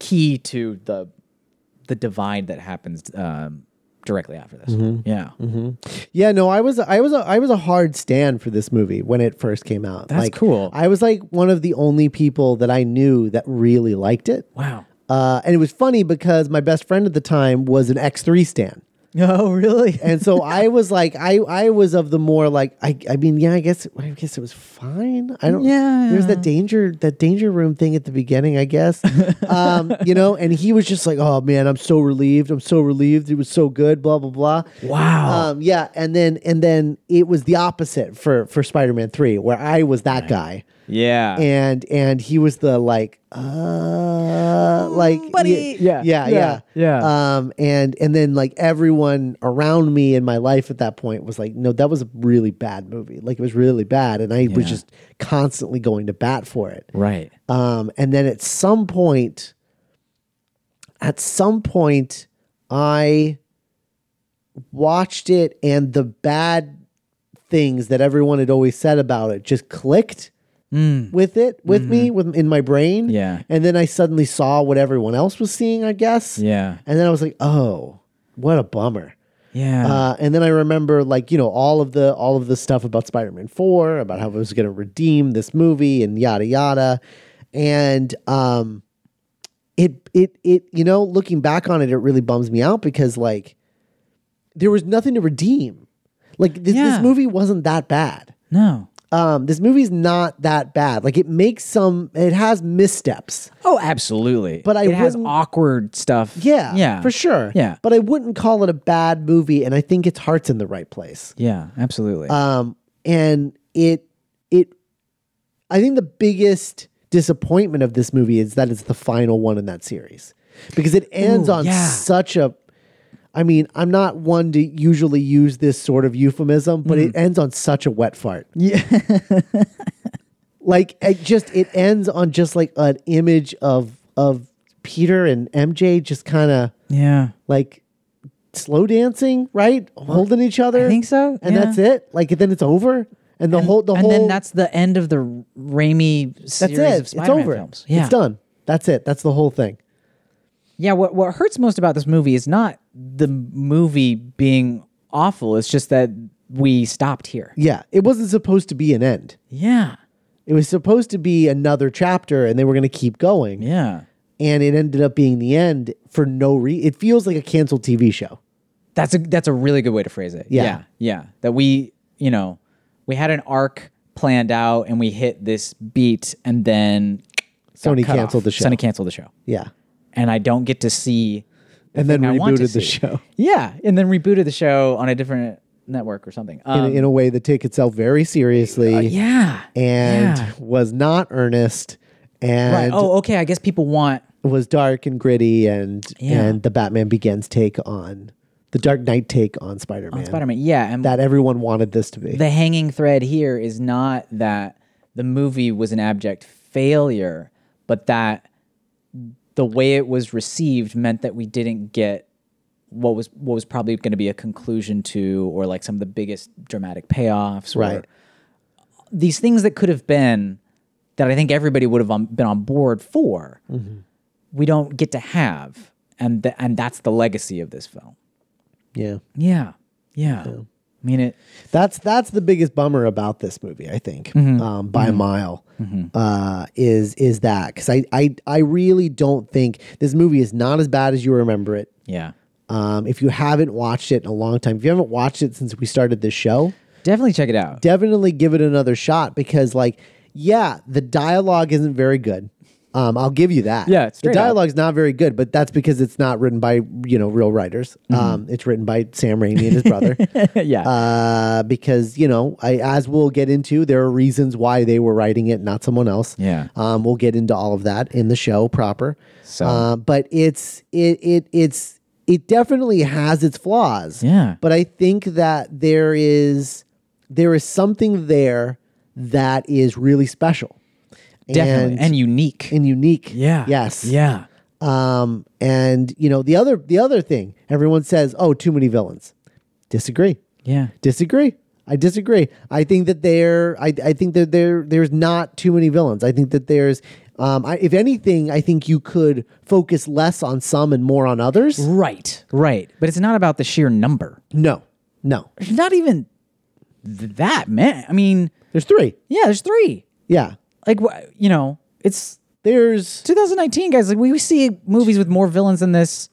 Speaker 3: key to the the divide that happens um, directly after this. Yeah,
Speaker 2: Yeah, no, I was I was a, I was a hard stand for this movie when it first came out.
Speaker 3: That's
Speaker 2: like,
Speaker 3: cool.
Speaker 2: I was like one of the only people that I knew that really liked it.
Speaker 3: wow.
Speaker 2: Uh, and it was funny because my best friend at the time was an X3 stan.
Speaker 3: Oh, really?
Speaker 2: And so I was like, I, I was of the more like, I, I mean, yeah, I guess, I guess it was fine. I don't,
Speaker 3: Yeah,
Speaker 2: There's that
Speaker 3: yeah.
Speaker 2: danger, that danger room thing at the beginning, I guess. um, you know, and he was just like, oh man, I'm so relieved. I'm so relieved. It was so good, blah, blah, blah.
Speaker 3: Wow.
Speaker 2: Um, yeah. And then, and then it was the opposite for, for Spider-Man 3, where I was that guy
Speaker 3: yeah.
Speaker 2: and and he was the like uh like y-
Speaker 3: buddy.
Speaker 2: yeah yeah yeah
Speaker 3: Yeah, yeah.
Speaker 2: um and and then like everyone around me in my life at that point was like no that was a really bad movie like it was really bad and i was
Speaker 3: Yeah.
Speaker 2: just constantly going to bat for it
Speaker 3: right.
Speaker 2: um, and then at some point, at some point, I watched it, and the bad things that everyone had always said about it just clicked with it, with me, with in my brain.
Speaker 3: Mm. Mm-hmm. Yeah.
Speaker 2: And then I suddenly saw what everyone else was seeing, I guess.
Speaker 3: Yeah.
Speaker 2: And then I was like, oh, what a bummer.
Speaker 3: Yeah.
Speaker 2: Uh, and then I remember like you know all of the all of the stuff about Spider-Man Four about how it was going to redeem this movie and yada yada, and um, it it it you know looking back on it, it really bums me out because like there was nothing to redeem. Like this,
Speaker 3: Yeah.
Speaker 2: this movie wasn't that bad.
Speaker 3: no.
Speaker 2: Um, this movie's not that bad. Like it makes some, it has missteps.
Speaker 3: Oh, absolutely.
Speaker 2: But I
Speaker 3: it has
Speaker 2: wouldn't-
Speaker 3: awkward stuff.
Speaker 2: Yeah,
Speaker 3: Yeah.
Speaker 2: for sure.
Speaker 3: Yeah.
Speaker 2: but I wouldn't call it a bad movie, and I think its heart's in the right place.
Speaker 3: Yeah. Absolutely.
Speaker 2: um, and it it I think the biggest disappointment of this movie is that it's the final one in that series because it ends
Speaker 3: Ooh,
Speaker 2: on
Speaker 3: yeah.
Speaker 2: such a I mean I'm not one to usually
Speaker 3: Mm.
Speaker 2: use this sort of euphemism but it ends on such a wet fart
Speaker 3: yeah.
Speaker 2: like it just it ends on just like an image of of Peter and MJ just kind of
Speaker 3: Yeah.
Speaker 2: like slow dancing, right? Holding each other.
Speaker 3: I think so,
Speaker 2: And
Speaker 3: yeah.
Speaker 2: that's it. Like then it's over. And the whole the
Speaker 3: and
Speaker 2: whole
Speaker 3: then that's the end of the Raimi
Speaker 2: that's
Speaker 3: series
Speaker 2: it.
Speaker 3: of
Speaker 2: It's
Speaker 3: Spider-Man
Speaker 2: over.
Speaker 3: films. Yeah.
Speaker 2: It's done. That's it. That's the whole thing.
Speaker 3: Yeah, what what hurts most about this movie is not the movie being awful. It's just that we stopped here.
Speaker 2: Yeah. It wasn't supposed to be an end.
Speaker 3: Yeah.
Speaker 2: It was supposed to be another chapter and they were going to keep going.
Speaker 3: Yeah.
Speaker 2: And it ended up being the end for no reason. It feels like a canceled TV show.
Speaker 3: That's a that's a really good way to phrase it.
Speaker 2: Yeah.
Speaker 3: yeah. Yeah. That we, you know, we had an arc planned out and we hit this beat and then got
Speaker 2: Sony
Speaker 3: cut off.
Speaker 2: canceled the show.
Speaker 3: Sony canceled the show.
Speaker 2: Yeah.
Speaker 3: And I don't get to see
Speaker 2: And then
Speaker 3: I want to
Speaker 2: rebooted the
Speaker 3: see.
Speaker 2: show
Speaker 3: Yeah, and then rebooted the show on a different network or something. Um, uh,
Speaker 2: in, in a way that took itself very seriously
Speaker 3: yeah.
Speaker 2: and
Speaker 3: yeah.
Speaker 2: was not earnest and
Speaker 3: Right. Oh, okay. I guess people want
Speaker 2: was dark and gritty and
Speaker 3: Yeah.
Speaker 2: and the Batman Begins take on the Dark Knight take on Spider Man
Speaker 3: Spider Man. Yeah, and
Speaker 2: that everyone wanted this to be.
Speaker 3: the hanging thread here is not that the movie was an abject failure, but that the way it was received meant that we didn't get what was what was probably going to be a conclusion to, or like some of the biggest dramatic payoffs, or
Speaker 2: Right.
Speaker 3: these things that could have been that I think everybody would have on, been on board for. We don't get to have, and th- and that's the legacy of this film.
Speaker 2: yeah.
Speaker 3: Yeah, yeah. I mean it.
Speaker 2: That's that's the biggest bummer about this movie, I think, um, by a mile, uh, is is that because I, I I really don't think this movie is not as bad as you remember it.
Speaker 3: Yeah.
Speaker 2: Um, if you haven't watched it in a long time, if you haven't watched it since we started this show,
Speaker 3: Definitely check it out.
Speaker 2: definitely give it another shot because like yeah the dialogue isn't very good um, I'll give you that.
Speaker 3: Yeah,
Speaker 2: the
Speaker 3: straight up.
Speaker 2: dialogue's not very good, but that's because it's not written by you know real writers.
Speaker 3: Mm-hmm.
Speaker 2: Um, it's written by Sam Raimi and his brother.
Speaker 3: yeah.
Speaker 2: uh, because you know, I, as we'll get into, there are reasons why they were writing it, not someone else.
Speaker 3: Yeah.
Speaker 2: Um, we'll get into all of that in the show proper.
Speaker 3: So-
Speaker 2: Uh, but it's it it it's it definitely has its flaws.
Speaker 3: Yeah.
Speaker 2: But I think that there is there is something there that is really special.
Speaker 3: Definitely. And,
Speaker 2: and,
Speaker 3: unique.
Speaker 2: and unique.
Speaker 3: yeah.
Speaker 2: Yes.
Speaker 3: Yeah.
Speaker 2: Um, and you know, the other the other thing, everyone says, "Oh, too many villains." Disagree.
Speaker 3: Yeah.
Speaker 2: Disagree. I disagree. I think that there. I, I think that there. There's not too many villains. I think that there's. Um, I, if anything, I think you could focus less on some and more on others.
Speaker 3: Right. Right. But it's not about the sheer number.
Speaker 2: No, no.
Speaker 3: There's not even th- that man. I mean,
Speaker 2: There's three.
Speaker 3: yeah, there's three.
Speaker 2: Yeah.
Speaker 3: Like, wh- you know, it's
Speaker 2: There's
Speaker 3: 2019, guys. Like, we, we see movies with more villains than this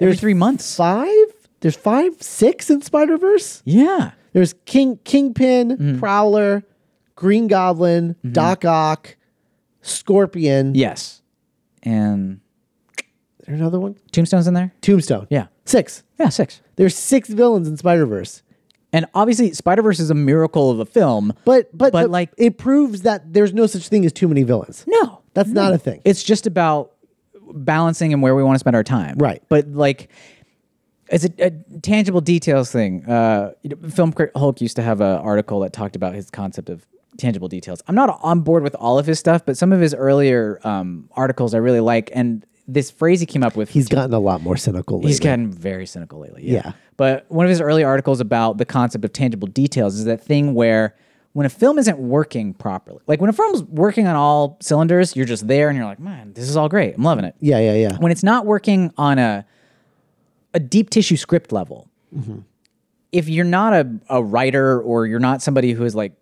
Speaker 3: every three months.
Speaker 2: five. There's five, six in Spider Verse.
Speaker 3: Yeah.
Speaker 2: There's King Kingpin, Prowler, Green Goblin, Doc Ock, Scorpion.
Speaker 3: Yes. And
Speaker 2: Is there another one?
Speaker 3: Tombstone's in there?
Speaker 2: Tombstone.
Speaker 3: Yeah.
Speaker 2: Six.
Speaker 3: Yeah, six.
Speaker 2: There's six villains in Spider Verse.
Speaker 3: And obviously, Spider Verse is a miracle of a film.
Speaker 2: But but
Speaker 3: But,
Speaker 2: the-
Speaker 3: like-
Speaker 2: it proves that there's no such thing as too many villains.
Speaker 3: No.
Speaker 2: That's not a thing.
Speaker 3: It's just about balancing and where we want to spend our time.
Speaker 2: Right.
Speaker 3: But like, it's a, a tangible details thing. Uh, you know, Film Crit Hulk used to have an article that talked about his concept of tangible details. I'm not on board with all of his stuff, but some of his earlier um, articles I really like. And this phrase he came up with,
Speaker 2: He's gotten a lot more cynical. Lately.
Speaker 3: He's gotten very cynical lately.
Speaker 2: Yeah.
Speaker 3: But one of his early articles about the concept of tangible details is that thing where when a film isn't working properly, like when a film's working on all cylinders, you're just there and you're like, man, this is all great. I'm loving it.
Speaker 2: yeah, yeah, yeah.
Speaker 3: When it's not working on a a deep tissue script level, if you're not a, a writer or you're not somebody who has like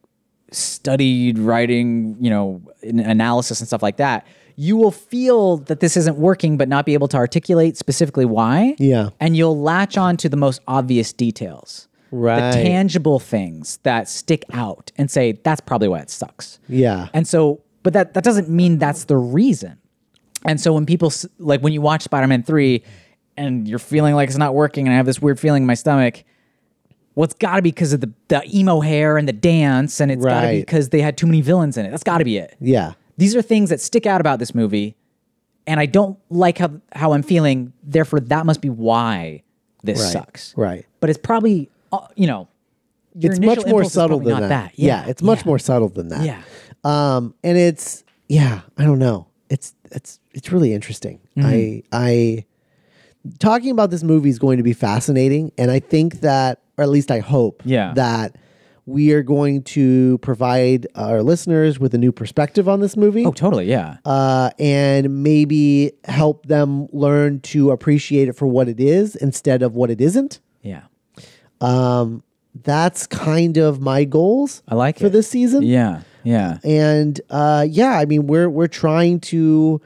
Speaker 3: studied writing, you know, an- analysis and stuff like that, you will feel that this isn't working, but not be able to articulate specifically why.
Speaker 2: Yeah.
Speaker 3: And you'll latch on to the most obvious details.
Speaker 2: Right.
Speaker 3: The tangible things that stick out and say, that's probably why it sucks.
Speaker 2: Yeah.
Speaker 3: And so, but that that doesn't mean that's the reason. And so when people s- like when you watch Spider-Man 3 and you're feeling like it's not working and I have this weird feeling in my stomach, well, it's got to be because of the, the emo hair and the dance and it's got to be
Speaker 2: Right.
Speaker 3: because they had too many villains in it. That's got to be it.
Speaker 2: yeah.
Speaker 3: These are things that stick out about this movie and I don't like how how I'm feeling, therefore that must be why this
Speaker 2: Right.
Speaker 3: sucks.
Speaker 2: Right.
Speaker 3: But it's probably uh, you know your
Speaker 2: It's
Speaker 3: initial
Speaker 2: much more
Speaker 3: impulse is
Speaker 2: subtle
Speaker 3: probably
Speaker 2: than
Speaker 3: not
Speaker 2: that.
Speaker 3: that.
Speaker 2: Yeah, it's much
Speaker 3: yeah.
Speaker 2: more subtle than that.
Speaker 3: Yeah.
Speaker 2: Um, and it's yeah, I don't know. It's it's it's really interesting.
Speaker 3: Mm-hmm.
Speaker 2: I I talking about this movie is going to be fascinating, and I think that, or at least I hope,
Speaker 3: Yeah.
Speaker 2: that we are going to provide our listeners with a new perspective on this movie
Speaker 3: Oh, totally. Yeah.
Speaker 2: uh, and maybe help them learn to appreciate it for what it is instead of what it isn't.
Speaker 3: Yeah.
Speaker 2: Um, that's kind of my goals
Speaker 3: I like
Speaker 2: for
Speaker 3: it.
Speaker 2: this season.
Speaker 3: Yeah. Yeah.
Speaker 2: And uh, yeah, I mean we're we're trying to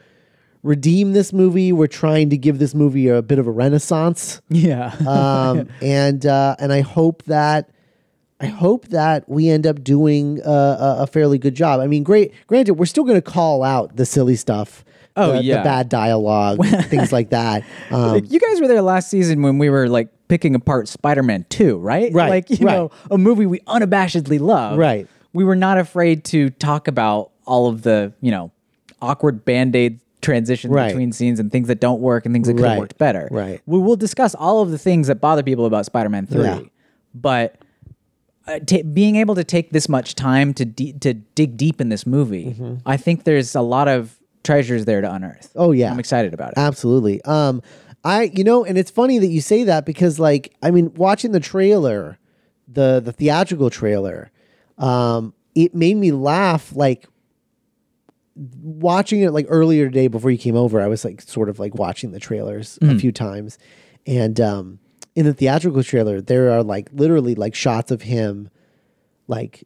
Speaker 2: redeem this movie. We're trying to give this movie a bit of a renaissance.
Speaker 3: Yeah.
Speaker 2: Um, and uh, and I hope that I hope that we end up doing uh, a, a fairly good job. I mean, great. Granted, we're still going to call out the silly stuff.
Speaker 3: Oh,
Speaker 2: the, the
Speaker 3: yeah.
Speaker 2: bad dialogue, things like that. Um,
Speaker 3: you guys were there last season when we were like picking apart Spider-Man 2, right?
Speaker 2: Right,
Speaker 3: Like, you
Speaker 2: right.
Speaker 3: know, a movie we unabashedly love.
Speaker 2: Right.
Speaker 3: We were not afraid to talk about all of the, you know, awkward band-aid transitions
Speaker 2: Right.
Speaker 3: between scenes and things that don't work and things that could have
Speaker 2: Right,
Speaker 3: worked better.
Speaker 2: right.
Speaker 3: We will discuss all of the things that bother people about Spider-Man 3.
Speaker 2: Yeah.
Speaker 3: But uh, ta being able to take this much time to de- to dig deep in this movie, I think there's a lot of treasures there to unearth.
Speaker 2: Mm-hmm. Oh, yeah.
Speaker 3: I'm excited about it.
Speaker 2: Absolutely. Um, I you know, and it's funny that you say that because like I mean, watching the trailer, the the theatrical trailer, um, it made me laugh. Like watching it like earlier today before you came over, I was like sort of like watching the trailers a
Speaker 3: Mm.
Speaker 2: few times, and um, in the theatrical trailer, there are like literally like shots of him, like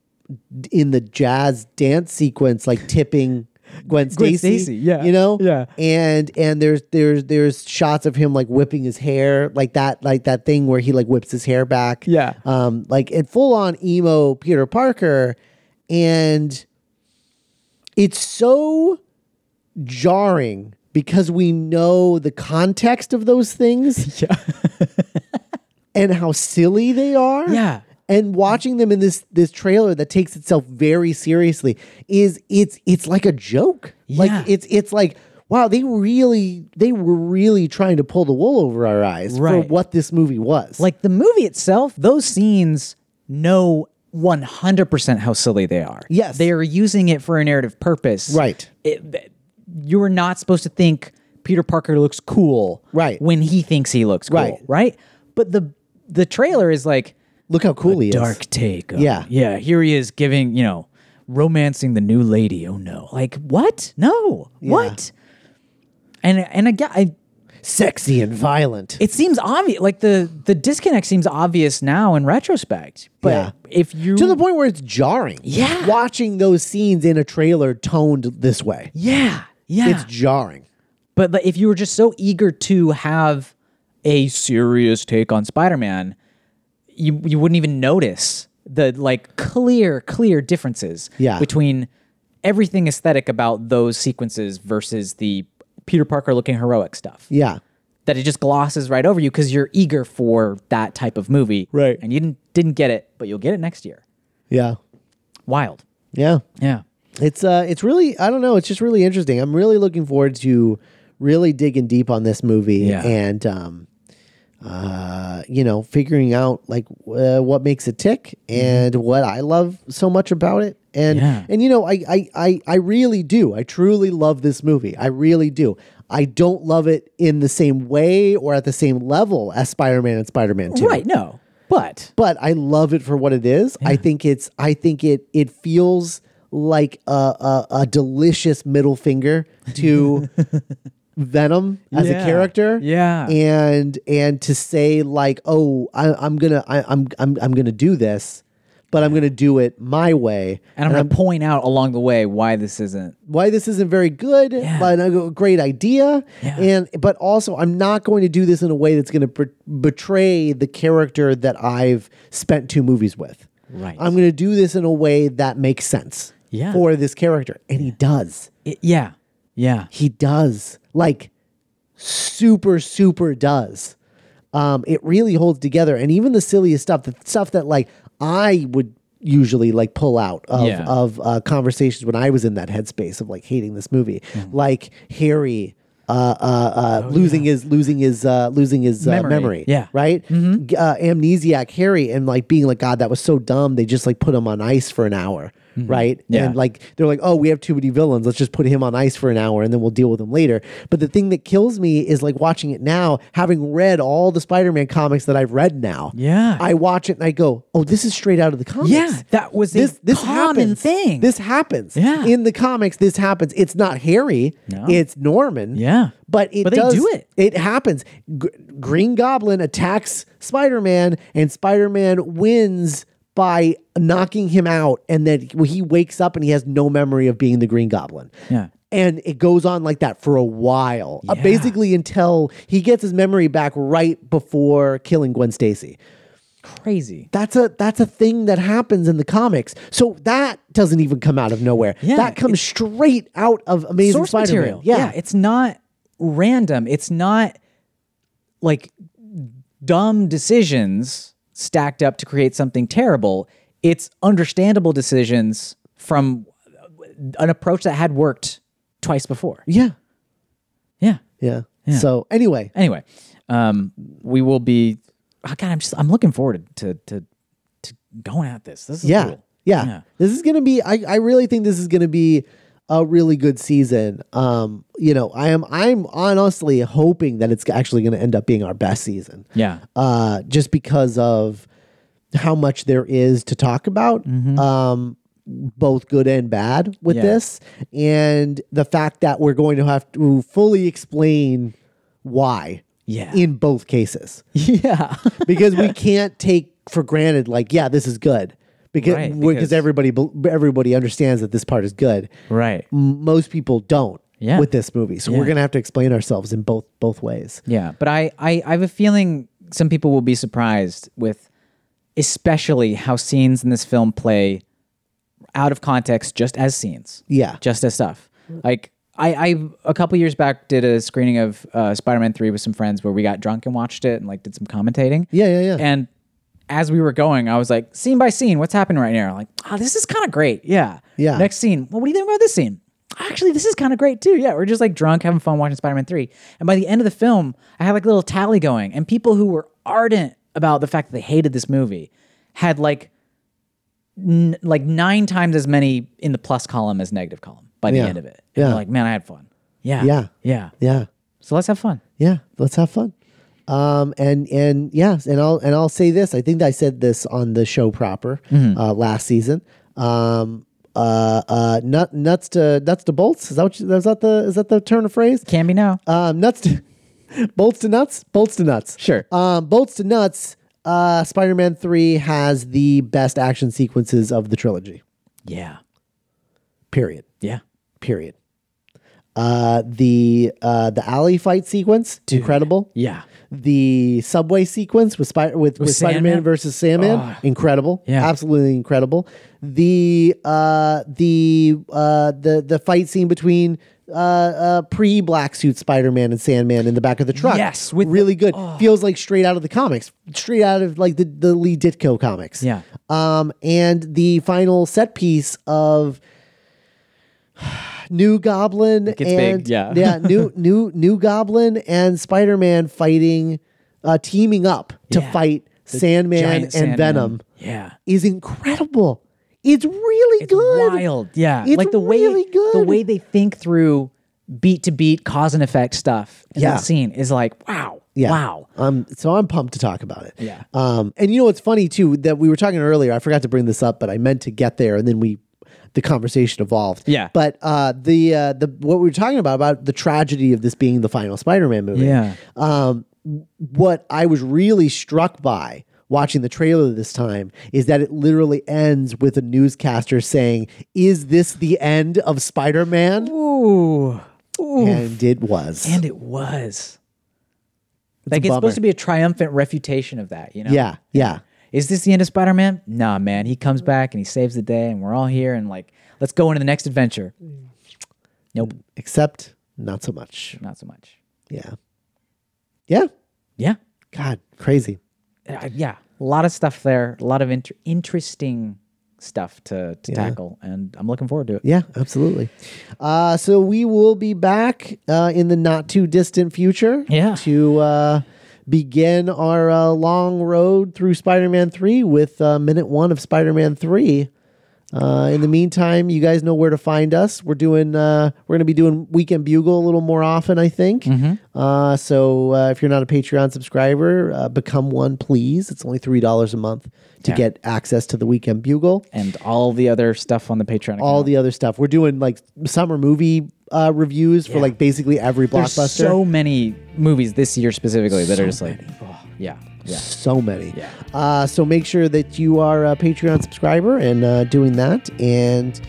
Speaker 2: d- in the jazz dance sequence, like tipping. Gwen Stacy,
Speaker 3: Stacy, yeah,
Speaker 2: you know,
Speaker 3: yeah.
Speaker 2: and and there's there's there's shots of him like whipping his hair like that like that thing where he like whips his hair back
Speaker 3: Yeah.
Speaker 2: um like in full on emo peter parker and it's so jarring because we know the context of those things
Speaker 3: Yeah.
Speaker 2: and how silly they are
Speaker 3: Yeah.
Speaker 2: and watching them in this this trailer that takes itself very seriously is it's it's like a joke.
Speaker 3: Yeah.
Speaker 2: Like it's it's like wow, they really they were really trying to pull the wool over our eyes
Speaker 3: Right.
Speaker 2: for what this movie was.
Speaker 3: Like the movie itself, those scenes know 100% how silly they are.
Speaker 2: Yes.
Speaker 3: They are using it for a narrative purpose.
Speaker 2: Right.
Speaker 3: It- th- you are not supposed to think Peter Parker looks cool
Speaker 2: Right.
Speaker 3: when he thinks he looks cool.
Speaker 2: Right.
Speaker 3: Right. But the the trailer is like
Speaker 2: look how cool he is.
Speaker 3: dark take. on-
Speaker 2: Yeah.
Speaker 3: Yeah. Here he is giving, you know, romancing the new lady. Oh no. Like what? No. What? And and again, I
Speaker 2: Sexy and violent.
Speaker 3: it seems obvious like the the disconnect seems obvious now in retrospect but
Speaker 2: Yeah.
Speaker 3: if you
Speaker 2: to the point where it's jarring.
Speaker 3: Yeah.
Speaker 2: Watching those scenes in a trailer toned this way.
Speaker 3: yeah yeah
Speaker 2: It's jarring.
Speaker 3: but like, if you were just so eager to have a serious take on spider-man you you wouldn't even notice the like clear clear differences
Speaker 2: Yeah.
Speaker 3: between everything aesthetic about those sequences versus the peter parker looking heroic stuff
Speaker 2: Yeah.
Speaker 3: that it just glosses right over you because you're eager for that type of movie
Speaker 2: Right.
Speaker 3: and you didn't didn't get it but you'll get it next year
Speaker 2: Yeah.
Speaker 3: wild
Speaker 2: Yeah.
Speaker 3: Yeah.
Speaker 2: It's uh it's really I don't know, it's just really interesting. I'm really looking forward to really digging deep on this movie
Speaker 3: Yeah.
Speaker 2: and um uh you know, figuring out like uh, what makes it tick and what I love so much about it. And
Speaker 3: Mm-hmm. Yeah.
Speaker 2: and you know, I, I I I really do. I truly love this movie. I really do. I don't love it in the same way or at the same level as Spider-Man and Spider-Man 2
Speaker 3: Right. No. But
Speaker 2: but I love it for what it is. I think it's I think it it feels like a a, a delicious middle finger to Venom as
Speaker 3: Yeah.
Speaker 2: a character.
Speaker 3: Yeah.
Speaker 2: And and to say like, oh, I, I'm gonna I, I'm I'm I'm gonna do this, but I'm gonna do it my way.
Speaker 3: and I'm going to point out along the way why this isn't.
Speaker 2: Why this isn't very good, but a g- great idea.
Speaker 3: Yeah.
Speaker 2: And but also, I'm not going to do this in a way that's going to betray the character that I've spent two movies with.
Speaker 3: Right.
Speaker 2: I'm going to do this in a way that makes sense
Speaker 3: Yeah.
Speaker 2: for this character. And he does.
Speaker 3: It- yeah. Yeah.
Speaker 2: He does. Like, super, super does. Um, it really holds together. And even the silliest stuff, the stuff that, like, I would usually like pull out of,
Speaker 3: Yeah.
Speaker 2: of uh, conversations when I was in that headspace of like hating this movie,
Speaker 3: Hmm.
Speaker 2: like Harry uh, uh, uh, losing his losing his uh, losing his uh,
Speaker 3: Oh, Memory.
Speaker 2: memory.
Speaker 3: Yeah.
Speaker 2: right.
Speaker 3: Mm-hmm.
Speaker 2: G- Uh, amnesiac Harry and like being like God, that was so dumb. They just like put him on ice for an hour right?
Speaker 3: Mm-hmm. Yeah.
Speaker 2: And like they're like, oh, we have too many villains. Let's just put him on ice for an hour and then we'll deal with him later. But the thing that kills me is like watching it now, having read all the Spider-Man comics that I've read now.
Speaker 3: Yeah.
Speaker 2: I watch it and I go, oh, this is straight out of the comics.
Speaker 3: Yeah, that was a common
Speaker 2: happens.
Speaker 3: thing.
Speaker 2: This happens.
Speaker 3: Yeah.
Speaker 2: In the comics, this happens. It's not Harry.
Speaker 3: No.
Speaker 2: It's Norman.
Speaker 3: Yeah.
Speaker 2: But it
Speaker 3: But they
Speaker 2: does-
Speaker 3: do it.
Speaker 2: It happens. G- Green Goblin attacks Spider Man, and Spider Man wins by knocking him out. And then he wakes up and he has no memory of being the Green Goblin.
Speaker 3: Yeah.
Speaker 2: And it goes on like that for a while, Uh,
Speaker 3: Yeah.
Speaker 2: basically until he gets his memory back right before killing Gwen Stacy.
Speaker 3: Crazy.
Speaker 2: That's a that's a thing that happens in the comics. So that doesn't even come out of nowhere.
Speaker 3: Yeah,
Speaker 2: that comes straight out of Amazing
Speaker 3: Source
Speaker 2: Spider-Man.
Speaker 3: material. It's not random. It's not like dumb decisions stacked up to create something terrible. It's understandable decisions from an approach that had worked twice before.
Speaker 2: yeah,
Speaker 3: Yeah.
Speaker 2: yeah. yeah. So anyway,
Speaker 3: Anyway, um, we will be. Oh God, I'm just. I'm looking forward to to to going at this. This is
Speaker 2: yeah,
Speaker 3: cool.
Speaker 2: yeah.
Speaker 3: Yeah.
Speaker 2: This is gonna be. I, I really think this is gonna be a really good season. Um, you know, I am I'm honestly hoping that it's actually gonna end up being our best season.
Speaker 3: Yeah.
Speaker 2: uh, just because of how much there is to talk about, um, both good and bad with
Speaker 3: Mm-hmm. Yeah.
Speaker 2: this, and the fact that we're going to have to fully explain why
Speaker 3: Yeah.
Speaker 2: in both cases
Speaker 3: Yeah.
Speaker 2: because we can't take for granted like yeah this is good because
Speaker 3: Right,
Speaker 2: because
Speaker 3: because-
Speaker 2: everybody bel- everybody understands that this part is good
Speaker 3: right.
Speaker 2: M- most people don't
Speaker 3: Yeah.
Speaker 2: with this movie so we're
Speaker 3: Yeah.
Speaker 2: gonna have to explain ourselves in both both ways
Speaker 3: Yeah, but I, I I have a feeling some people will be surprised with especially how scenes in this film play out of context just as scenes.
Speaker 2: Yeah.
Speaker 3: Just as stuff. Like I, I a couple years back did a screening of uh, Spider-Man 3 with some friends where we got drunk and watched it and like did some commentating.
Speaker 2: yeah yeah yeah
Speaker 3: And as we were going, I was like, scene by scene, what's happening right now? Like, ah, this is kind of great. Yeah.
Speaker 2: Yeah.
Speaker 3: Next scene. Well, what do you think about this scene? Actually, this is kind of great too. Yeah. We're just like drunk, having fun watching Spider Man 3. And by the end of the film, I had like a little tally going. And people who were ardent about the fact that they hated this movie had like, n- like nine times as many in the plus column as negative column by the
Speaker 2: Yeah.
Speaker 3: end of it.
Speaker 2: Yeah.
Speaker 3: And they're like, man, I had fun. Yeah.
Speaker 2: Yeah.
Speaker 3: Yeah.
Speaker 2: yeah
Speaker 3: So let's have fun.
Speaker 2: yeah let's have fun um and and yes and i'll and i'll say this i think i said this on the show proper
Speaker 3: Mm-hmm.
Speaker 2: uh last season um uh uh nut, nuts to nuts to bolts is that what you, is that the is that the turn of phrase
Speaker 3: Can be now.
Speaker 2: um nuts to bolts to nuts bolts to nuts
Speaker 3: Sure.
Speaker 2: um bolts to nuts uh spider-man 3 has the best action sequences of the trilogy
Speaker 3: Yeah.
Speaker 2: period
Speaker 3: Yeah.
Speaker 2: period uh the uh the alley fight sequence incredible
Speaker 3: Yeah.
Speaker 2: the subway sequence with Spider with, with Spider Man
Speaker 3: Sandman? Ah.
Speaker 2: versus Sandman, incredible,
Speaker 3: Yeah.
Speaker 2: absolutely incredible. The uh, the uh, the the fight scene between uh, uh, pre black suit Spider Man and Sandman in the back of the truck,
Speaker 3: Yes, with the- Oh.
Speaker 2: really good. Feels like straight out of the comics, straight out of like the the Lee Ditko comics.
Speaker 3: Yeah.
Speaker 2: Um, and the final set piece of New Goblin
Speaker 3: gets
Speaker 2: and
Speaker 3: big, yeah.
Speaker 2: yeah, New New New Goblin and Spider Man fighting, uh, teaming up to
Speaker 3: Yeah.
Speaker 2: fight Sandman
Speaker 3: Giant
Speaker 2: and
Speaker 3: Sandman.
Speaker 2: Venom
Speaker 3: Yeah.
Speaker 2: is incredible. It's really
Speaker 3: It's
Speaker 2: good.
Speaker 3: wild. Yeah.
Speaker 2: It's
Speaker 3: like the
Speaker 2: really
Speaker 3: way
Speaker 2: good.
Speaker 3: the way they think through beat to beat cause and effect stuff in
Speaker 2: Yeah.
Speaker 3: that scene is like wow.
Speaker 2: Yeah.
Speaker 3: Wow.
Speaker 2: Um, so I'm pumped to talk about it.
Speaker 3: Yeah.
Speaker 2: Um, and you know what's funny too that we were talking earlier. I forgot to bring this up, but I meant to get there, and then we, the conversation evolved.
Speaker 3: Yeah.
Speaker 2: But uh, the uh, the what we were talking about about the tragedy of this being the final Spider-Man movie.
Speaker 3: Yeah.
Speaker 2: Um, what I was really struck by watching the trailer this time is that it literally ends with a newscaster saying, "Is this the end of Spider-Man?"
Speaker 3: Ooh. Ooh.
Speaker 2: And it was.
Speaker 3: And it was. like it's
Speaker 2: bummer.
Speaker 3: supposed to be a triumphant refutation of that, you know?
Speaker 2: yeah. Yeah.
Speaker 3: Is this the end of Spider Man? Nah, man. He comes back and he saves the day and we're all here and like, let's go into the next adventure.
Speaker 2: Mm.
Speaker 3: Nope.
Speaker 2: Except not so much.
Speaker 3: Not so much.
Speaker 2: Yeah. Yeah.
Speaker 3: Yeah.
Speaker 2: God, crazy.
Speaker 3: uh, yeah, a lot of stuff there, a lot of inter- interesting stuff to, to tackle, and I'm looking forward to it.
Speaker 2: Yeah, absolutely. Uh, so we will be back uh, in the not too distant future.
Speaker 3: Yeah.
Speaker 2: To uh, begin our uh, long road through Spider Man 3 with uh, minute one of Spider Man 3. Uh, in the meantime, you guys know where to find us. We're doing uh, we're going to be doing Weekend Bugle a little more often, I think.
Speaker 3: Mm-hmm.
Speaker 2: Uh, so uh, if you're not a Patreon subscriber, uh, become one, please. It's only three dollars a month to
Speaker 3: Yeah.
Speaker 2: get access to the Weekend Bugle.
Speaker 3: and all the other stuff on the Patreon.
Speaker 2: All
Speaker 3: account.
Speaker 2: the other stuff we're doing, like summer movie uh, reviews for like basically every
Speaker 3: There's
Speaker 2: blockbuster.
Speaker 3: so many movies this year specifically that are just like, oh, yeah, yeah.
Speaker 2: so many.
Speaker 3: Yeah.
Speaker 2: Uh, so make sure that you are a Patreon subscriber and uh, doing that. And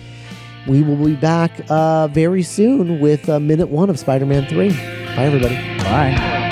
Speaker 2: we will be back uh, very soon with uh, minute one of Spider Man 3. Bye, everybody.
Speaker 3: Bye.